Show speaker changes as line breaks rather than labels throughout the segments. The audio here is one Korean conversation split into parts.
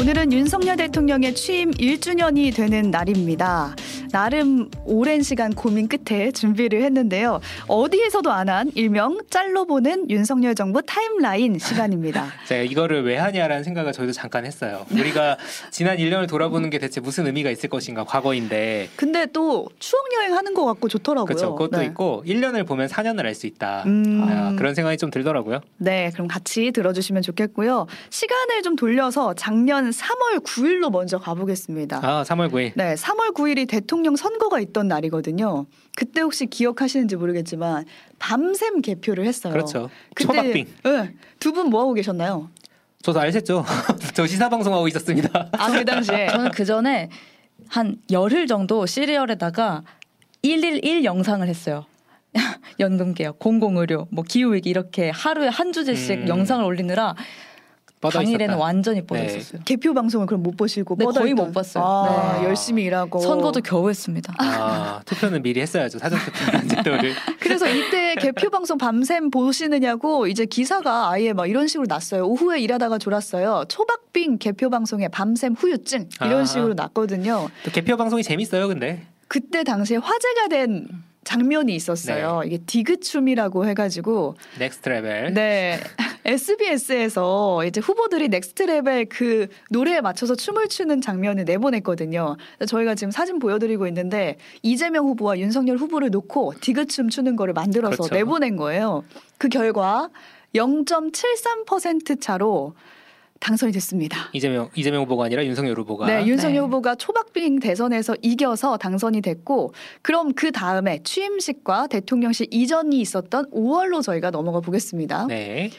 오늘은 윤석열 대통령의 취임 1주년이 되는 날입니다. 나름 오랜 시간 고민 끝에 준비를 했는데요. 어디에서도 안 한 일명 짤로 보는 윤석열 정부 타임라인 시간입니다.
제가 이거를 왜 하냐라는 생각을 저희도 잠깐 했어요. 우리가 지난 1년을 돌아보는 게 대체 무슨 의미가 있을 것인가 과거인데
근데 또 추억 여행 하는 것 같고 좋더라고요.
그렇죠. 그것도
네.
있고 1년을 보면 4년을 알 수 있다.
음.
아, 그런 생각이 좀 들더라고요.
네, 그럼 같이 들어주시면 좋겠고요. 시간을 좀 돌려서 작년 3월 9일로 먼저 가보겠습니다.
아, 3월 9일.
네, 3월 9일이 대통령 선거가 있던 날이거든요. 그때 혹시 기억하시는지 모르겠지만 밤샘 개표를 했어요.
그렇죠. 초박빙.
두 분 뭐 하고 계셨나요?
저도 알셨죠? 저 시사 방송하고 있었습니다.
아 그 당시에
저는 그 전에 한 열흘 정도 시리얼에다가 111 영상을 했어요. 연금개혁, 공공의료, 뭐 기후위기 이렇게 하루에 한 주제씩
음.
영상을 올리느라
뻗어
당일에는
있었다.
완전히 뻗어
네.
있었어요.
개표 방송을 그럼 못 보시고
네,
뻗어
거의
있던-
못 봤어요.
아,
네.
열심히 일하고
선거도 겨우 했습니다.
아, 투표는 미리 했어야죠. 사전 투표란 제도를.
그래서 이때 개표 방송 밤샘 보시느냐고 이제 기사가 아예 막 이런 식으로 났어요. 오후에 일하다가 졸았어요. 초박빙 개표 방송에 밤샘 후유증 이런
아.
식으로 났거든요.
또 개표 방송이 재밌어요, 근데.
그때 당시에 화제가 된 장면이
네.
있었어요. 이게 디그춤이라고 해가지고
넥스트 레벨.
네 SBS에서 이제 후보들이 넥스트 레벨 그 노래에 맞춰서 춤을 추는 장면을 내보냈거든요. 그래서 저희가 지금 사진 보여드리고 있는데 이재명 후보와 윤석열 후보를 놓고 디그춤 추는 거를 만들어서
그렇죠.
내보낸 거예요. 그 결과 0.73% 차로 당선이 됐습니다.
이재명 이재명 후보가 아니라 윤석열 후보가
네, 윤석열
네.
후보가 초박빙 대선에서 이겨서 당선이 됐고, 그럼 그 다음에 취임식과 대통령실 이전이 있었던 5월로 저희가 넘어가 보겠습니다.
네.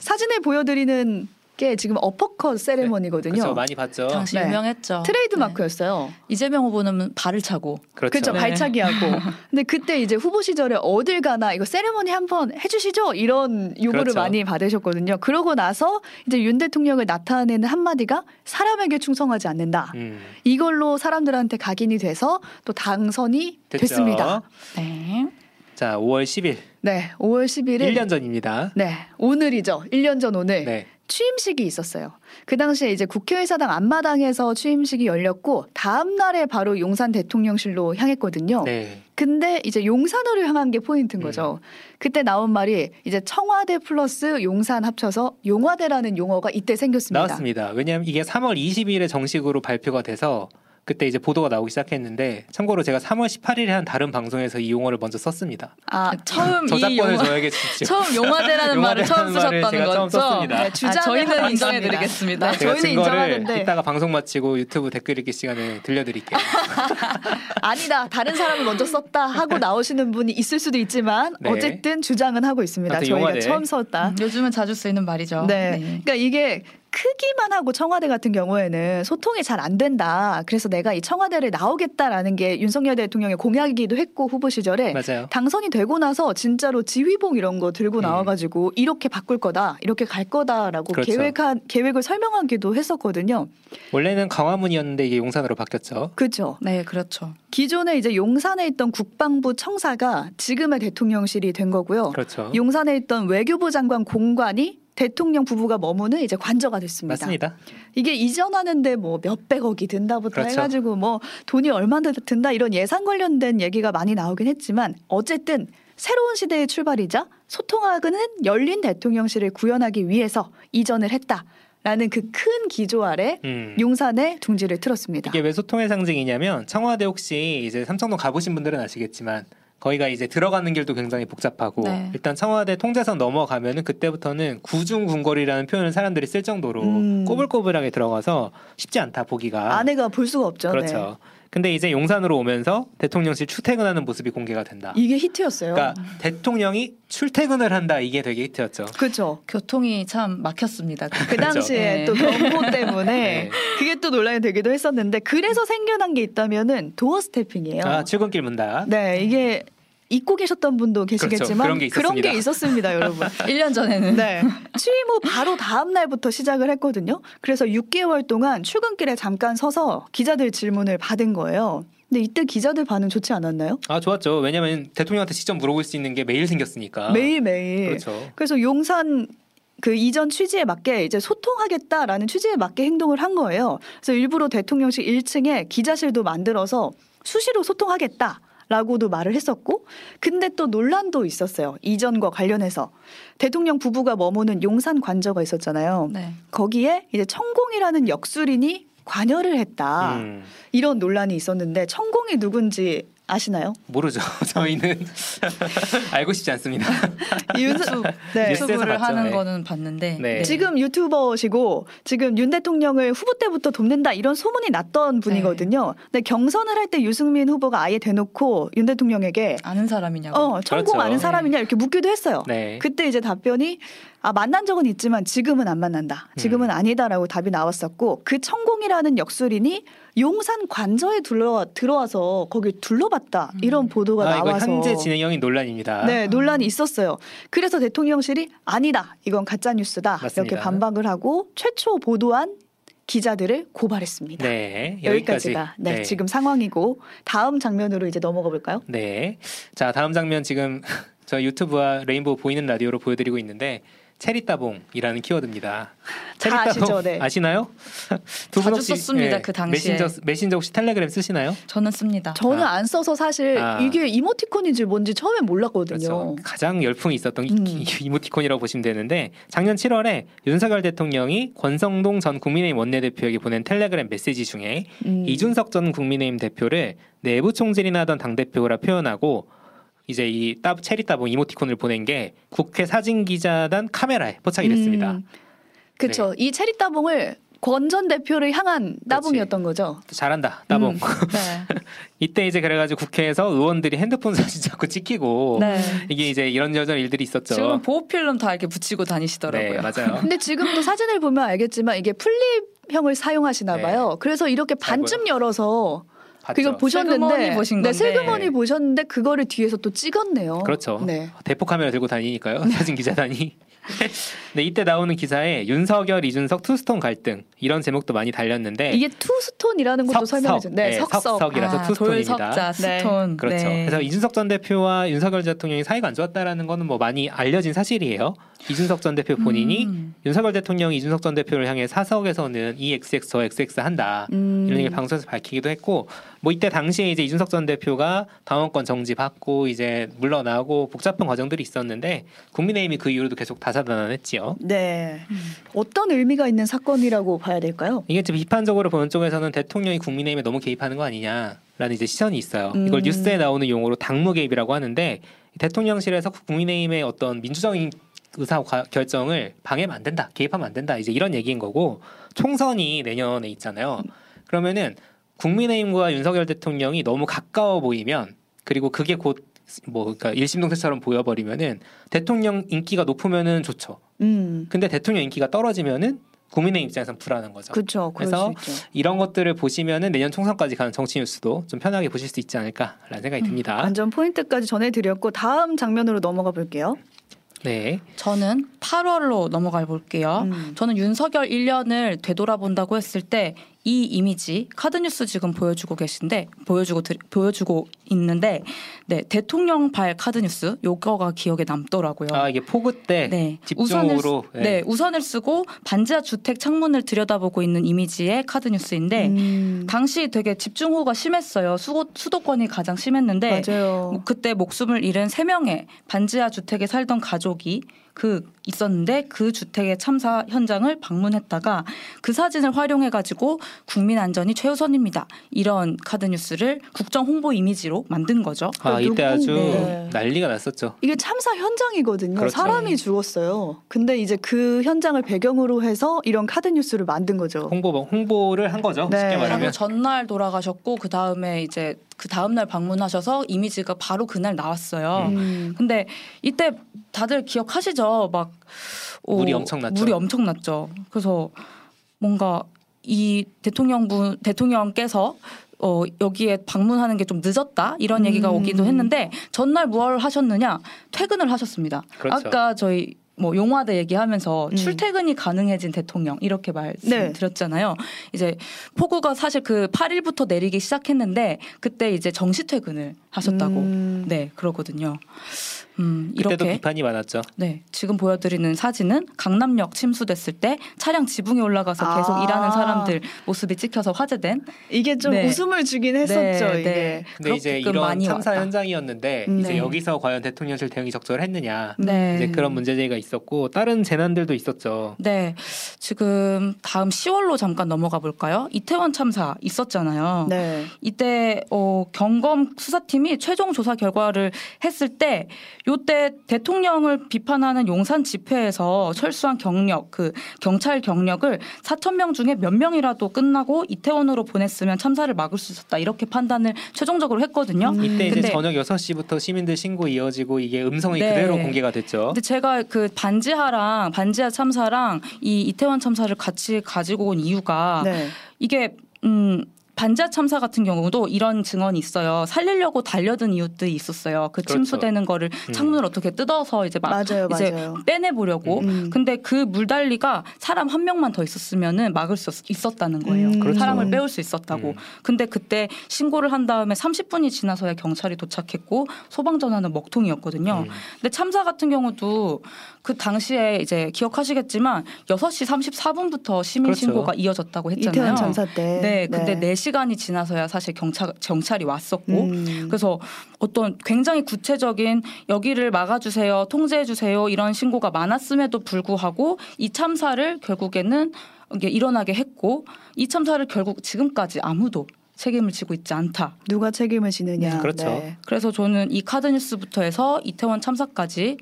사진을 보여드리는 게 지금 어퍼컷 세레머니거든요.
그렇죠. 많이 봤죠.
당시
네.
유명했죠.
트레이드
네.
마크였어요.
이재명 후보는 발을 차고
그렇죠.
그렇죠.
네.
발차기하고. 근데 그때 이제 후보 시절에 어딜 가나 이거 세레머니 한번 해주시죠. 이런 요구를
그렇죠.
많이 받으셨거든요. 그러고 나서 이제 윤 대통령을 나타내는 한마디가 사람에게 충성하지 않는다.
음.
이걸로 사람들한테 각인이 돼서 또 당선이
됐죠.
됐습니다
네.
자, 5월 10일.
네, 5월 11일.
1년 전입니다.
네, 오늘이죠. 1년 전 오늘.
네.
취임식이 있었어요. 그 당시에 이제 국회의사당 앞마당에서 취임식이 열렸고 다음 날에 바로 용산 대통령실로 향했거든요.
네. 음.
근데 이제 용산으로 향한 게 포인트인 거죠. 그때 나온 말이 이제 청와대 플러스 용산 합쳐서 용화대라는 용어가 이때 생겼습니다.
나왔습니다. 왜냐하면 이게 3월 20일에 정식으로 발표가 돼서 그때 이제 보도가 나오기 시작했는데 참고로 제가 3월 18일에 한 다른 방송에서 이 용어를 먼저 썼습니다.
아,
처음 이
저작권을
영화
저에게 주십시오.
처음 용화대라는 말을 처음
용화대라는 말을
쓰셨다는
제가 처음
거죠.
썼습니다.
네,
아,
주장을 하나
저희는
있습니다.
인정해드리겠습니다.
네.
제가
저희는
증거를
인정하는데.
이따가 방송 마치고 유튜브 댓글 읽기 시간에 들려드릴게요.
아, 아니다 다른 사람을 먼저 썼다 하고 나오시는 분이 있을 수도 있지만
네.
어쨌든 주장은 하고 있습니다.
하여튼
저희가
용화대.
처음 썼다.
음, 그렇죠. 요즘은 자주 쓰이는 말이죠.
네. 그러니까 이게 크기만 하고 청와대 같은 경우에는 소통이 잘 안 된다. 그래서 내가 이 청와대를 나오겠다라는 게 윤석열 대통령의 공약이기도 했고 후보 시절에
맞아요.
당선이 되고 나서 진짜로 지휘봉 이런 거 들고
음.
나와가지고 이렇게 바꿀 거다, 이렇게 갈 거다라고
그렇죠.
계획한 계획을 설명하기도 했었거든요.
원래는 광화문이었는데 이게 용산으로 바뀌었죠.
그렇죠.
네, 그렇죠.
기존에 이제 용산에 있던 국방부 청사가 지금의 대통령실이 된 거고요.
그렇죠.
어, 용산에 있던 외교부 장관 공관이 대통령 부부가 머무는 이제 관저가 됐습니다.
맞습니다.
이게 이전하는데 뭐 몇백억이 든다부터
그렇죠.
해가지고 뭐 돈이 얼마나 든다 이런 예산 관련된 얘기가 많이 나오긴 했지만 어쨌든 새로운 시대의 출발이자 소통하는 열린 대통령실을 구현하기 위해서 이전을 했다라는 그 큰 기조 아래
음.
용산의 둥지를 틀었습니다.
이게 왜 소통의 상징이냐면 청와대 혹시 이제 삼청동 가보신 분들은 아시겠지만 거기가 이제 들어가는 길도 굉장히 복잡하고
네.
일단 청와대 통제선 넘어가면은 그때부터는 구중궁궐이라는 표현을 사람들이 쓸 정도로
음.
꼬불꼬불하게 들어가서 쉽지 않다 보기가
아내가 볼 수가 없죠. 네.
그렇죠. 근데 이제 용산으로 오면서 대통령실 출퇴근하는 모습이 공개가 된다.
이게 히트였어요.
그러니까 대통령이 출퇴근을 한다 이게 되게 히트였죠.
그렇죠.
교통이 참 막혔습니다.
그
그렇죠.
당시에
네.
또 경고 때문에
네.
그게 또 논란이 되기도 했었는데 그래서 생겨난 게 있다면은 도어 스태핑이에요.
아 출근길 문다.
네, 이게 잊고 계셨던 분도 계시겠지만
그렇죠. 그런 게 있었습니다.
있었습니다, 여러분.
1년 전에는
네. 취임 후 바로 다음 날부터 시작을 했거든요. 그래서 6개월 동안 출근길에 잠깐 서서 기자들 질문을 받은 거예요. 근데 이때 기자들 반응 좋지 않았나요?
아 좋았죠. 아, 왜냐면 대통령한테 직접 물어볼 수 있는 게 매일 생겼으니까.
매일매일.
그렇죠.
그래서 용산 그 이전 취지에 맞게 이제 소통하겠다라는 취지에 맞게 행동을 한 거예요. 그래서 일부러 대통령실 1층에 기자실도 만들어서 수시로 소통하겠다. 라고도 말을 했었고, 근데 또 논란도 있었어요. 이전과 관련해서. 대통령 부부가 머무는 용산 관저가 있었잖아요.
네.
거기에 이제 천공이라는 역술인이 관여를 했다.
음,
이런 논란이 있었는데, 천공이 누군지 아시나요?
모르죠. 저희는 알고 싶지 않습니다.
윤수, 네.
뉴스에서
유튜브를
봤죠.
하는
네.
거는 봤는데
네.
지금 유튜버시고 지금 윤 대통령을 후보 때부터 돕는다 이런 소문이 났던 분이거든요.
네.
근데 경선을 할 때 유승민 후보가 아예 대놓고 윤 대통령에게
아는 사람이냐고.
어 천공
그렇죠.
아는 사람이냐 이렇게 묻기도 했어요.
네.
그때 이제 답변이 아 만난 적은 있지만 지금은 안 만난다. 지금은
음.
아니다라고 답이 나왔었고 그 천공이라는 역술인이 용산 관저에 둘러 들어와서 거기 둘러봤다 이런
음.
보도가
아, 이거
나와서
현재 진행형인 논란입니다.
네, 논란이 있었어요. 그래서 대통령실이 아니다. 이건 가짜 뉴스다. 이렇게
맞습니다.
반박을 하고 최초 보도한 기자들을 고발했습니다.
네, 여기까지.
여기까지가 네, 지금 상황이고 다음 장면으로 이제 넘어가 볼까요?
네. 자, 다음 장면 지금 저 유튜브와 레인보우 보이는 라디오로 보여드리고 있는데 체리따봉이라는 키워드입니다. 체리따봉
아시죠? 네.
나요 두 분
자주
혹시
썼습니다,
예,
그 당시에.
메신저 메신저 혹시 텔레그램 쓰시나요?
저는 씁니다.
저는
아.
안 써서 사실
아.
이게 이모티콘인지 뭔지 처음에 몰랐거든요.
그렇죠. 가장 열풍이 있었던 이-
음.
이- 이모티콘이라고 보시면 되는데 작년 7월에 윤석열 대통령이 권성동 전 국민의힘 원내대표에게 보낸 텔레그램 메시지 중에
음.
이준석 전 국민의힘 대표를 내부 총질이나 하던 당 대표라 표현하고 이제 이 따, 체리 따봉 이모티콘을 보낸 게 국회 사진 기자단 카메라에 포착이 됐습니다. 네.
음. 그렇죠. 이 체리 따봉을 권 전 대표를 향한 따봉이었던 거죠.
잘한다 따봉.
음.
네.
이때 이제 그래가지고 국회에서 의원들이 핸드폰 사진 자꾸 찍히고
네.
이게 이제 이런저런 일들이 있었죠.
지금 보호 필름 다 이렇게 붙이고
네
다니시더라고요.
맞아요.
근데 지금도 사진을 보면 알겠지만 이게 플립형을 사용하시나
네.
봐요. 그래서 이렇게 반쯤 열어서
봤죠.
그걸 보셨는데
슬그머니 보신
네,
건데.
슬그머니 보셨는데 그거를 뒤에서 또 찍었네요.
그렇죠.
네.
대포 카메라 들고 다니니까요. 사진 기자단이. 네 이때 나오는 기사에 윤석열 이준석 투스톤 갈등 이런 제목도 많이 달렸는데
이게 투스톤이라는 것도 설명해 준. 네,
네. 석,
석석.
석이라서 투스톤입니다.
아, 돌석자 스톤.
그렇죠.
네.
그래서 이준석 전 대표와 윤석열 대통령이 사이가 안 좋았다라는 거는 뭐 많이 알려진 사실이에요. 이준석 전 대표 본인이
음.
윤석열 대통령이 이준석 전 대표를 향해 사석에서는 이 XX 저 XX 한다.
음.
이런 얘기 방송에서 밝히기도 했고 뭐 이때 당시에 이제 이준석 전 대표가 당원권 정지 받고 이제 물러나고 복잡한 과정들이 있었는데 국민의힘이 그 이후로도 계속 다사다난했지요.
네. 어떤 의미가 있는 사건이라고 봐야 될까요?
이게 좀 비판적으로 보는 쪽에서는 대통령이 국민의힘에 너무 개입하는 거 아니냐라는 이제 시선이 있어요. 이걸
음.
뉴스에 나오는 용어로 당무 개입이라고 하는데 대통령실에서 국민의힘의 어떤 민주적인 의사 과- 결정을 방해하면 안 된다, 개입하면 안 된다 이제 이런 얘기인 거고 총선이 내년에 있잖아요. 그러면은 국민의힘과 윤석열 대통령이 너무 가까워 보이면 그리고 그게 곧 뭐 그러니까 일심동체처럼 보여버리면은 대통령 인기가 높으면은 좋죠.
음.
근데 대통령 인기가 떨어지면은 국민의힘 입장에선 불안한 거죠.
그렇죠. 그럴
그래서
수 있죠.
이런 것들을 보시면은 내년 총선까지 가는 정치 뉴스도 좀 편하게 보실 수 있지 않을까라는 생각이
음,
듭니다.
완전 포인트까지 전해 드렸고 다음 장면으로 넘어가 볼게요.
네.
저는 8월로 넘어가 볼게요.
아?
음.
저는 윤석열 1년을 되돌아본다고 했을 때 이 이미지 카드뉴스 지금 보여주고 계신데 보여주고 드- 보여주고 있는데 네 대통령 발 카드뉴스 요거가 기억에 남더라고요.
아 이게 포그 때
네. 우선을, 쓰-
집중으로
네. 우선을 쓰고 반지하 주택 창문을 들여다보고 있는 이미지의
네.
카드뉴스인데
음.
당시 되게 집중호우가 심했어요. 수고, 수도권이 가장 심했는데
네.
뭐
맞아요.
뭐,
그때 목숨을 잃은 세명의 반지하 주택에 살던 가족이 그 있었는데 그 주택의 참사 현장을 방문했다가 그 사진을 활용해 가지고 국민 안전이 최우선입니다. 이런 카드 뉴스를 국정 홍보 이미지로 만든 거죠.
아
누구-
이때 아주
네.
난리가 났었죠.
이게 참사 현장이거든요.
그렇죠.
사람이 죽었어요. 근데 이제 그 현장을 배경으로 해서 이런 카드 뉴스를 만든 거죠.
홍보 홍보를 한 거죠.
네.
쉽게
바로
말하면.
전날 돌아가셨고 그 다음에 이제 그 다음 날 방문하셔서 이미지가 바로 그날 나왔어요.
음.
근데 이때 다들 기억하시죠? 막 어,
물이 엄청났죠.
물이 엄청났죠. 그래서 뭔가 이 대통령분 대통령께서 어, 여기에 방문하는 게 좀 늦었다 이런 얘기가
음.
오기도 했는데 전날 무얼 하셨느냐 퇴근을 하셨습니다.
그렇죠.
아까 저희 뭐 용화대 얘기하면서
음.
출퇴근이 가능해진 대통령 이렇게
네.
말씀드렸잖아요. 이제 폭우가 사실 그 8일부터 내리기 시작했는데 그때 이제 정시 퇴근을 하셨다고
음.
네, 그러거든요. 음,
그때도
이렇게
비판이 많았죠.
네, 지금 보여드리는 사진은 강남역 침수됐을 때 차량 지붕에 올라가서 계속
아.
일하는 사람들 모습이 찍혀서 화제된.
이게 좀
네.
웃음을 주긴 했었죠.
네,
이게.
네.
근데 이제
그렇게끔
이런
많이
참사
왔다.
현장이었는데
음.
이제
네.
여기서 과연 대통령실 대응이 적절했느냐
네.
이제 그런 문제 제기가 있었고 다른 재난들도 있었죠.
네, 지금 다음 10월로 잠깐 넘어가 볼까요? 이태원 참사 있었잖아요.
네.
이때 어, 경검 수사팀이 최종 조사 결과를 했을 때 요때 대통령을 비판하는 용산 집회에서 철수한 경력 그 경찰 경력을 4천 명 중에 몇 명이라도 끝나고 이태원으로 보냈으면 참사를 막을 수 있었다 이렇게 판단을 최종적으로 했거든요.
음.
이때 이제
근데-
저녁 6시부터 시민들 신고 이어지고 이게 음성이
네.
그대로 공개가 됐죠.
근데 제가 그 반지하랑 반지하 참사랑 이 이태원 참사를 같이 가지고 온 이유가
네.
이게 음 반자 참사 같은 경우도 이런 증언이 있어요. 살리려고 달려든 이웃들이 있었어요. 그
그렇죠.
침수되는 거를
음.
창문을 어떻게 뜯어서 이제 막
맞아요,
이제
맞아요.
빼내보려고.
음.
근데 그 물달리가 사람 한 명만 더 있었으면은 막을 수 있- 있었다는 거예요.
음.
그렇죠.
사람을 빼올 수 있었다고.
음.
근데 그때 신고를 한 다음에 30분이 지나서야 경찰이 도착했고 소방 전화는 먹통이었거든요.
음.
근데 참사 같은 경우도 그 당시에 이제 기억하시겠지만 6시 34분부터 시민
그렇죠.
신고가 이어졌다고 했잖아요.
이태원 참사 때.
네, 근데 네. 4시간이 지나서야 사실 경찰, 경찰이 왔었고,
음.
그래서 어떤 굉장히 구체적인 여기를 막아주세요, 통제해주세요, 이런 신고가 많았음에도 불구하고 이 참사를 결국에는 이게 일어나게 했고, 이 참사를 결국 지금까지 아무도 책임을 지고 있지 않다.
누가 책임을 지느냐.
네, 그렇죠.
네.
그래서 저는 이 카드뉴스부터 해서 이태원 참사까지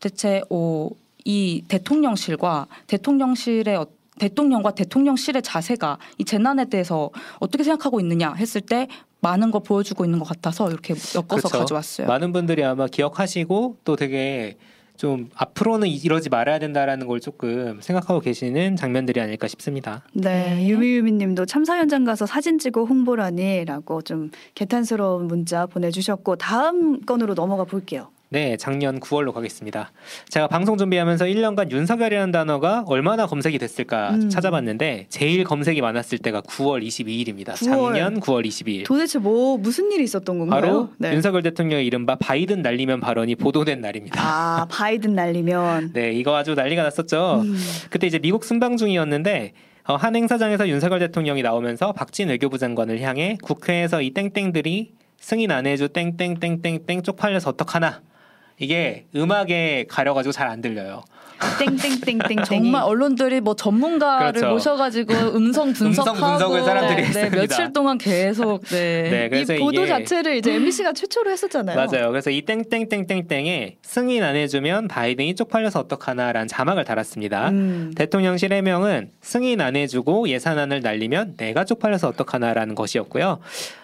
대체 오, 이 대통령실과 대통령실의 어- 대통령과 대통령실의 자세가 이 재난에 대해서 어떻게 생각하고 있느냐 했을 때 많은 걸 보여주고 있는 것 같아서 이렇게 엮어서
그렇죠.
가져왔어요.
많은 분들이 아마 기억하시고 또 되게 좀 앞으로는 이- 이러지 말아야 된다라는 걸 조금 생각하고 계시는 장면들이 아닐까 싶습니다.
네,
네.
유미유미님도 참사 현장 가서 사진 찍고 홍보라니라고 좀 개탄스러운 문자 보내주셨고 다음 건으로 넘어가 볼게요.
네, 작년 9월로 가겠습니다. 제가 방송 준비하면서 1년간 윤석열이라는 단어가 얼마나 검색이 됐을까
음.
찾아봤는데 제일 검색이 많았을 때가 9월 22일입니다.
9월.
작년 9월 22일.
도대체 뭐 무슨 일이 있었던 건가요?
예. 바로
네.
윤석열 대통령의 이른바 바이든 날리면 발언이 보도된 날입니다.
아 바이든 날리면
네, 이거 아주 난리가 났었죠.
음.
그때 이제 미국 순방 중이었는데 어, 한 행사장에서 윤석열 대통령이 나오면서 박진 외교부 장관을 향해 국회에서 이 땡땡들이 승인 안 해줘 땡땡땡땡땡 쪽팔려서 어떡하나 이게 음악에 가려가지고 잘 안 들려요.
땡땡땡땡
정말 언론들이 뭐 전문가를
그렇죠.
모셔가지고 음성 분석하고
분석을 사람들이
네,
했습니다.
며칠 동안 계속 네.
네,
이
그래서
보도
이게
자체를 이제 MBC가 최초로 했었잖아요.
맞아요. 그래서 이 땡땡땡땡땡에 승인 안 해주면 바이든이 쪽팔려서 어떡하나라는 자막을 달았습니다.
음.
대통령실 해명은 승인 안 해주고 예산안을 날리면 내가 쪽팔려서 어떡하나라는 것이었고요.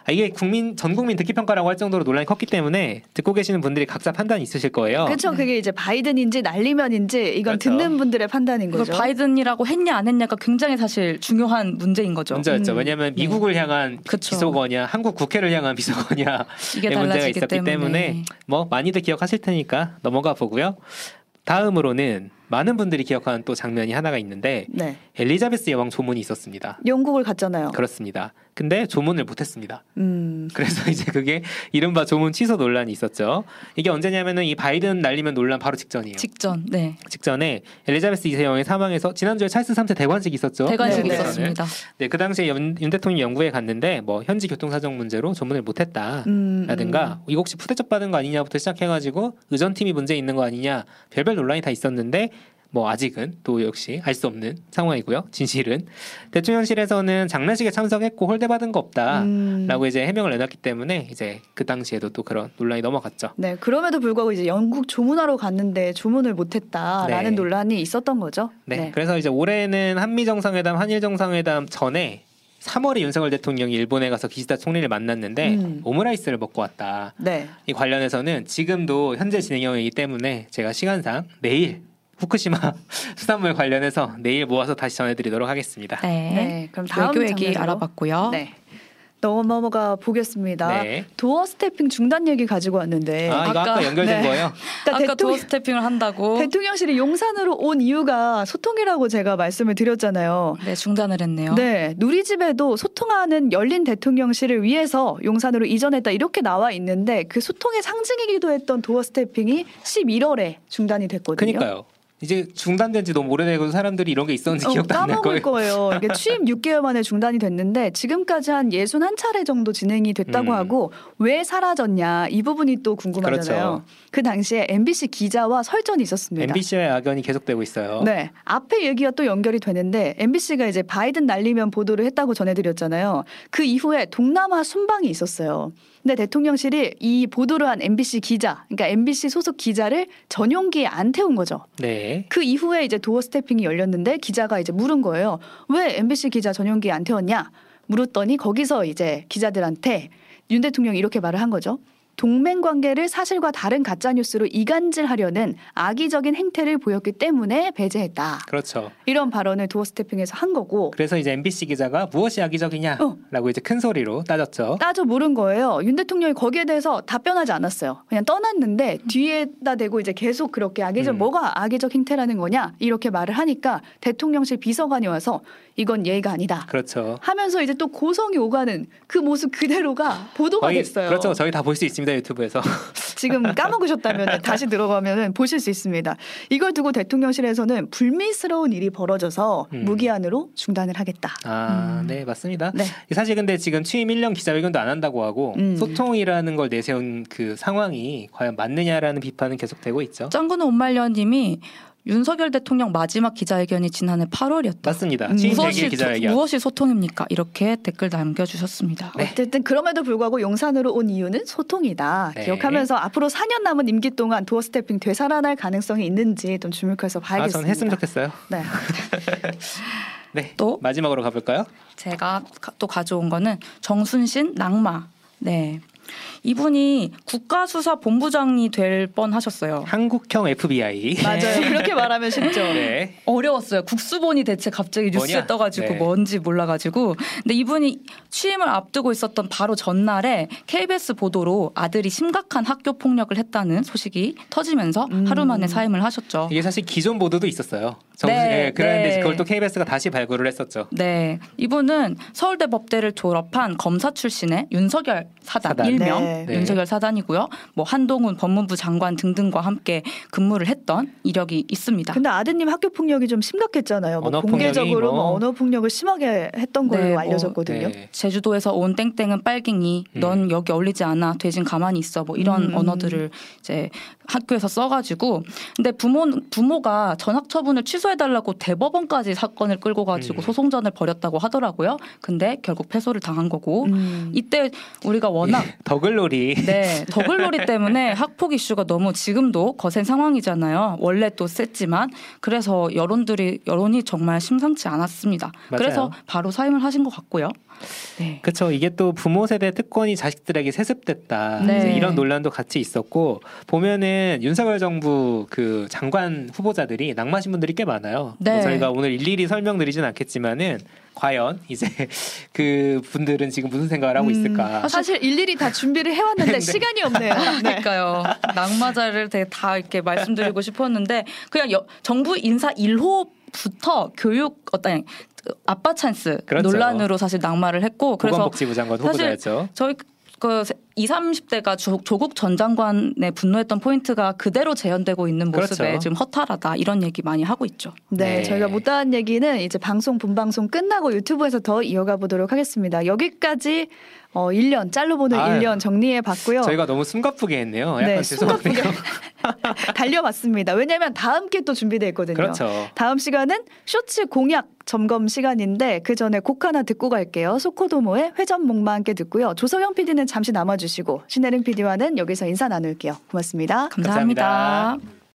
아, 이게 국민 전 국민 듣기 평가라고 할 정도로 논란이 컸기 때문에 듣고 계시는 분들이 각자 판단이 있으실 거예요.
그렇죠. 그게 이제 바이든인지 날리면인지 이건
어. 네. 그렇죠.
듣는 분들의 판단인
이걸
거죠.
바이든이라고 했냐 안 했냐가 굉장히 사실 중요한 문제인 거죠.
문제였죠.
음.
왜냐하면 미국을 향한
네. 그쵸.
비속어냐, 한국 국회를 향한 비속어냐
이게
네, 문제가
달라지기
있었기 때문에.
때문에.
뭐 많이들 기억하실 테니까 넘어가 보고요. 다음으로는 많은 분들이 기억하는 또 장면이 하나가 있는데
네.
엘리자베스 여왕 조문이 있었습니다.
영국을 갔잖아요.
그렇습니다. 근데 조문을 못했습니다.
음.
그래서 이제 그게 이른바 조문 취소 논란이 있었죠. 이게 언제냐면은 이 바이든 날리면 논란 바로 직전이에요.
직전 네
직전에 엘리자베스 이세영의 사망에서 지난주에 찰스 3세 대관식이 있었죠.
대관식이
네, 네.
있었습니다.
네, 그 당시에 윤, 윤 대통령 영국에 갔는데 뭐 현지 교통 사정 문제로 조문을 못했다.
음,
라든가 이거 혹시 푸대접 받은 거 아니냐부터 시작해가지고 의전팀이 문제 있는 거 아니냐 별별 논란이 다 있었는데 뭐 아직은 또 역시 알 수 없는 상황이고요 진실은 대통령실에서는 장례식에 참석했고 홀대 받은 거 없다
음.
라고 이제 해명을 내놨기 때문에 이제 그 당시에도 또 그런 논란이 넘어갔죠.
네, 그럼에도 불구하고 이제 영국 조문하러 갔는데 조문을 못했다라는
네.
논란이 있었던 거죠.
네, 그래서 이제 올해는 한미 정상회담, 한일 정상회담 전에 3월에 윤석열 대통령이 일본에 가서 기시다 총리를 만났는데
음.
오므라이스를 먹고 왔다.
네.
이 관련해서는 지금도 현재 진행형이기 때문에 제가 시간상 내일 후쿠시마 수산물 관련해서 내일 모아서 다시 전해드리도록 하겠습니다.
네.
네, 그럼 다음
외교 얘기
장면으로.
어? 알아봤고요.
네. 넘어가 보겠습니다.
네.
도어 스태핑 중단 얘기 가지고 왔는데
아 이거 아까
아까-
연결된
네.
거예요.
그러니까
아까
대통령-
도어 스태핑을 한다고
대통령실이 용산으로 온 이유가 소통이라고 제가 말씀을 드렸잖아요.
네 중단을 했네요.
네, 누리집에도 소통하는 열린 대통령실을 위해서 용산으로 이전했다 이렇게 나와 있는데 그 소통의 상징이기도 했던 도어 스태핑이 11월에 중단이 됐거든요.
그니까요. 이제 중단된 지 너무 오래되고 사람들이 이런 게 있었는지
어,
기억도 안 날
까먹을
거예요.
거예요. 이게 취임 6개월 만에 중단이 됐는데 지금까지 한 예순 한 차례 정도 진행이 됐다고
음.
하고 왜 사라졌냐 이 부분이 또 궁금하잖아요.
그렇죠.
그 당시에 MBC 기자와 설전이 있었습니다.
MBC와의 악연이 계속되고 있어요.
네. 앞에 얘기와 또 연결이 되는데 MBC가 이제 바이든 날리면 보도를 했다고 전해드렸잖아요. 그 이후에 동남아 순방이 있었어요. 근데 대통령실이 이 보도를 한 MBC 기자, 그러니까 MBC 소속 기자를 전용기에 안 태운 거죠.
네.
그 이후에 이제 도어 스태핑이 열렸는데 기자가 이제 물은 거예요. 왜 MBC 기자 전용기에 안 태웠냐? 물었더니 거기서 이제 기자들한테 윤 대통령이 이렇게 말을 한 거죠. 동맹 관계를 사실과 다른 가짜 뉴스로 이간질하려는 악의적인 행태를 보였기 때문에 배제했다.
그렇죠.
이런 발언을 도어 스태핑에서 한 거고
그래서 이제 MBC 기자가 무엇이
어.
악의적이냐라고 이제 큰 소리로 따졌죠.
따져 물은 거예요. 윤 대통령이 거기에 대해서 답변하지 않았어요. 그냥 떠났는데 뒤에다 대고 이제 계속 그렇게 악의적
음.
뭐가 악의적 행태라는 거냐 이렇게 말을 하니까 대통령실 비서관이 와서 이건 예의가 아니다.
그렇죠.
하면서 이제 또 고성이 오가는 그 모습 그대로가 보도가
거의-
됐어요.
그렇죠. 저희 다 볼 수 있습니다 유튜브에서.
지금 까먹으셨다면 다시 들어가면 보실 수 있습니다. 이걸 두고 대통령실에서는 불미스러운 일이 벌어져서
음.
무기한으로 중단을 하겠다.
아,
음.
네 맞습니다.
네.
사실 근데 지금 취임 1년 기자회견도 안 한다고 하고
음.
소통이라는 걸 내세운 그 상황이 과연 맞느냐라는 비판은 계속되고 있죠.
짱구는 온말년님이 윤석열 대통령 마지막 기자회견이 지난해 8월이었다.
맞습니다.
음.
취임 100일
무엇이,
기자회견.
무엇이 소통입니까? 이렇게 댓글 남겨주셨습니다.
네.
어쨌든 그럼에도 불구하고 용산으로 온 이유는 소통이다.
네.
기억하면서 앞으로 4년 남은 임기 동안 도어 스태핑 되살아날 가능성이 있는지 좀 주목해서
아,
봐야겠습니다.
전 했으면 좋겠어요.
네.
네.
또?
마지막으로 가볼까요?
제가 가- 또 가져온 거는 정순신 낙마. 네. 이분이 국가수사본부장이 될 뻔하셨어요.
한국형 FBI.
맞아요. 그렇게 말하면 쉽죠.
네.
어려웠어요. 국수본이 대체 갑자기 뉴스에
뭐냐?
떠가지고
네.
뭔지 몰라가지고. 근데 이분이 취임을 앞두고 있었던 바로 전날에 KBS 보도로 아들이 심각한 학교 폭력을 했다는 소식이 터지면서
음.
하루 만에 사임을 하셨죠.
이게 사실 기존 보도도 있었어요. 정수,
네,
예, 그런데
네.
그걸 또 KBS가 다시 발굴을 했었죠.
네, 이분은 서울대 법대를 졸업한 검사 출신의 윤석열 사단,
사단.
일명
네.
네.
윤석열 사단이고요. 뭐 한동훈 법무부 장관 등등과 함께 근무를 했던 이력이 있습니다.
근데 아드님 학교 폭력이 좀 심각했잖아요. 뭐
언어 폭력이
공개적으로 뭐
뭐.
언어 폭력을 심하게 했던 걸로
네, 뭐,
알려졌거든요.
네.
제주도에서 온 땡땡은 빨갱이,
음.
넌 여기 어울리지 않아, 돼진 가만히 있어, 뭐 이런
음.
언어들을 이제 학교에서 써가지고, 근데 부모 부모가 전학 처분을 취소해달라고 대법원까지 사건을 끌고 가지고
음.
소송전을 벌였다고 하더라고요. 근데 결국 패소를 당한 거고,
음.
이때 우리가 워낙
예. 더글놀이.
네, 더글놀이 때문에 학폭 이슈가 너무 지금도 거센 상황이잖아요. 원래 또 셌지만 그래서 여론들이 여론이 정말 심상치 않았습니다.
맞아요.
그래서 바로 사임을 하신 것 같고요. 네.
그렇죠. 이게 또 부모 세대 특권이 자식들에게 세습됐다.
네.
이제 이런 논란도 같이 있었고 보면은 윤석열 정부 그 장관 후보자들이 낙마하신 분들이 꽤 많아요.
네.
뭐 저희가 오늘 일일이 설명드리진 않겠지만은 과연 이제 그 분들은 지금 무슨 생각을 하고
음,
있을까?
사실 일일이 다 준비를 해왔는데 시간이 없네요. 네.
그러니까요. 낙마자를 되게 다 이렇게 말씀드리고 싶었는데 그냥 여- 정부 인사 1호부터 교육 어떤 아빠 찬스
그렇죠.
논란으로 사실 낙마를 했고 그래서
보건복지부 뭐 장관
사실
후보자였죠.
저희 그 20, 30대가 조국 전 장관의 분노했던 포인트가 그대로 재현되고 있는 모습에
그렇죠.
지금 허탈하다 이런 얘기 많이 하고 있죠.
네,
네.
저희가 못다한 얘기는 이제 방송 본방송 끝나고 유튜브에서 더 이어가 보도록 하겠습니다. 여기까지 어 1년 짤로 보는
아유.
1년 정리해 봤고요.
저희가 너무 숨가쁘게 했네요. 약간
네,
죄송하네요.
숨가쁘게 달려봤습니다. 왜냐면 다음 게 또 준비돼 있거든요.
그렇죠.
다음 시간은 쇼츠 공약 점검 시간인데 그 전에 곡 하나 듣고 갈게요. 소코도모의 회전목마 함께 듣고요. 조서영 PD는 잠시 남아주시고 신혜림 PD와는 여기서 인사 나눌게요. 고맙습니다.
감사합니다.
감사합니다.